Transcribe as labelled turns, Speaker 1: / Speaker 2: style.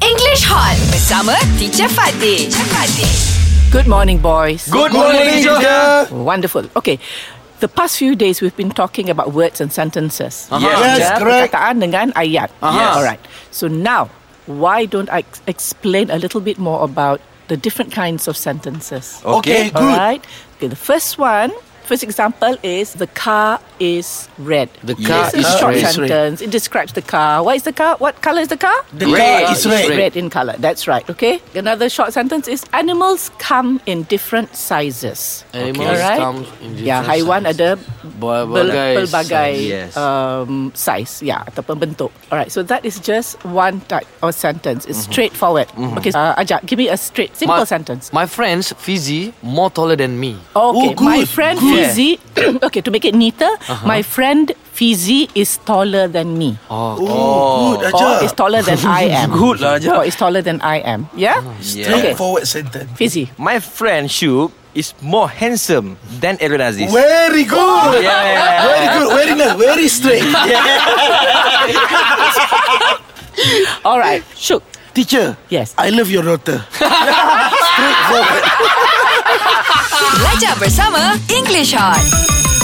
Speaker 1: Fresh Hot bersama Teacher Fatih. Teacher Fatih.
Speaker 2: Good morning, boys.
Speaker 3: Good morning, teacher.
Speaker 2: Wonderful. Okay. The past few days we've been talking about words and sentences.
Speaker 3: Yes.
Speaker 2: Ya,
Speaker 3: Yes,
Speaker 2: Perkataan dengan ayat.
Speaker 3: Yes.
Speaker 2: All right. So now, why don't I ex- explain a little bit more about the different kinds of sentences?
Speaker 3: Okay,
Speaker 2: All right. Okay, the first one, first example is the car is red.
Speaker 4: The car
Speaker 2: It's a
Speaker 4: is
Speaker 2: short
Speaker 4: red.
Speaker 2: sentence. It describes the car. What is the car? What color is the car?
Speaker 3: The red. car is
Speaker 2: It's
Speaker 3: red.
Speaker 2: red in color. That's right. Okay. Another short sentence is animals come in different sizes.
Speaker 4: Animals
Speaker 2: Alright.
Speaker 4: come in different
Speaker 2: Ya, haiwan
Speaker 4: size.
Speaker 2: ada bel-
Speaker 4: Pelbagai
Speaker 2: pelbagai
Speaker 4: size.
Speaker 3: Yes.
Speaker 2: um, size, ya, ataupun bentuk. Alright, so that is just one type of sentence. It's straightforward. Okay, uh, Ajak, give me a straight, simple
Speaker 4: My-
Speaker 2: sentence.
Speaker 4: My friends, Fizzy, more taller than me.
Speaker 2: Okay,
Speaker 3: Oh,
Speaker 2: my
Speaker 3: good,
Speaker 2: friend
Speaker 3: good.
Speaker 2: Fizi. okay, to make it neater, my friend Fizi is taller than me.
Speaker 3: Oh, good
Speaker 2: Or is
Speaker 3: aja.
Speaker 2: taller than I am.
Speaker 3: Good lah, Ajak.
Speaker 2: Or is taller than I am. Yeah? Okay,
Speaker 3: Straightforward sentence.
Speaker 2: Fizi.
Speaker 5: My friend Shub is more handsome than Aaron Aziz.
Speaker 3: Very good.
Speaker 5: Yeah.
Speaker 3: Very good. Very nice. Very straight.
Speaker 2: All right, Shook.
Speaker 3: Teacher.
Speaker 2: Yes.
Speaker 3: I love your daughter.
Speaker 1: Belajar bersama English Hot.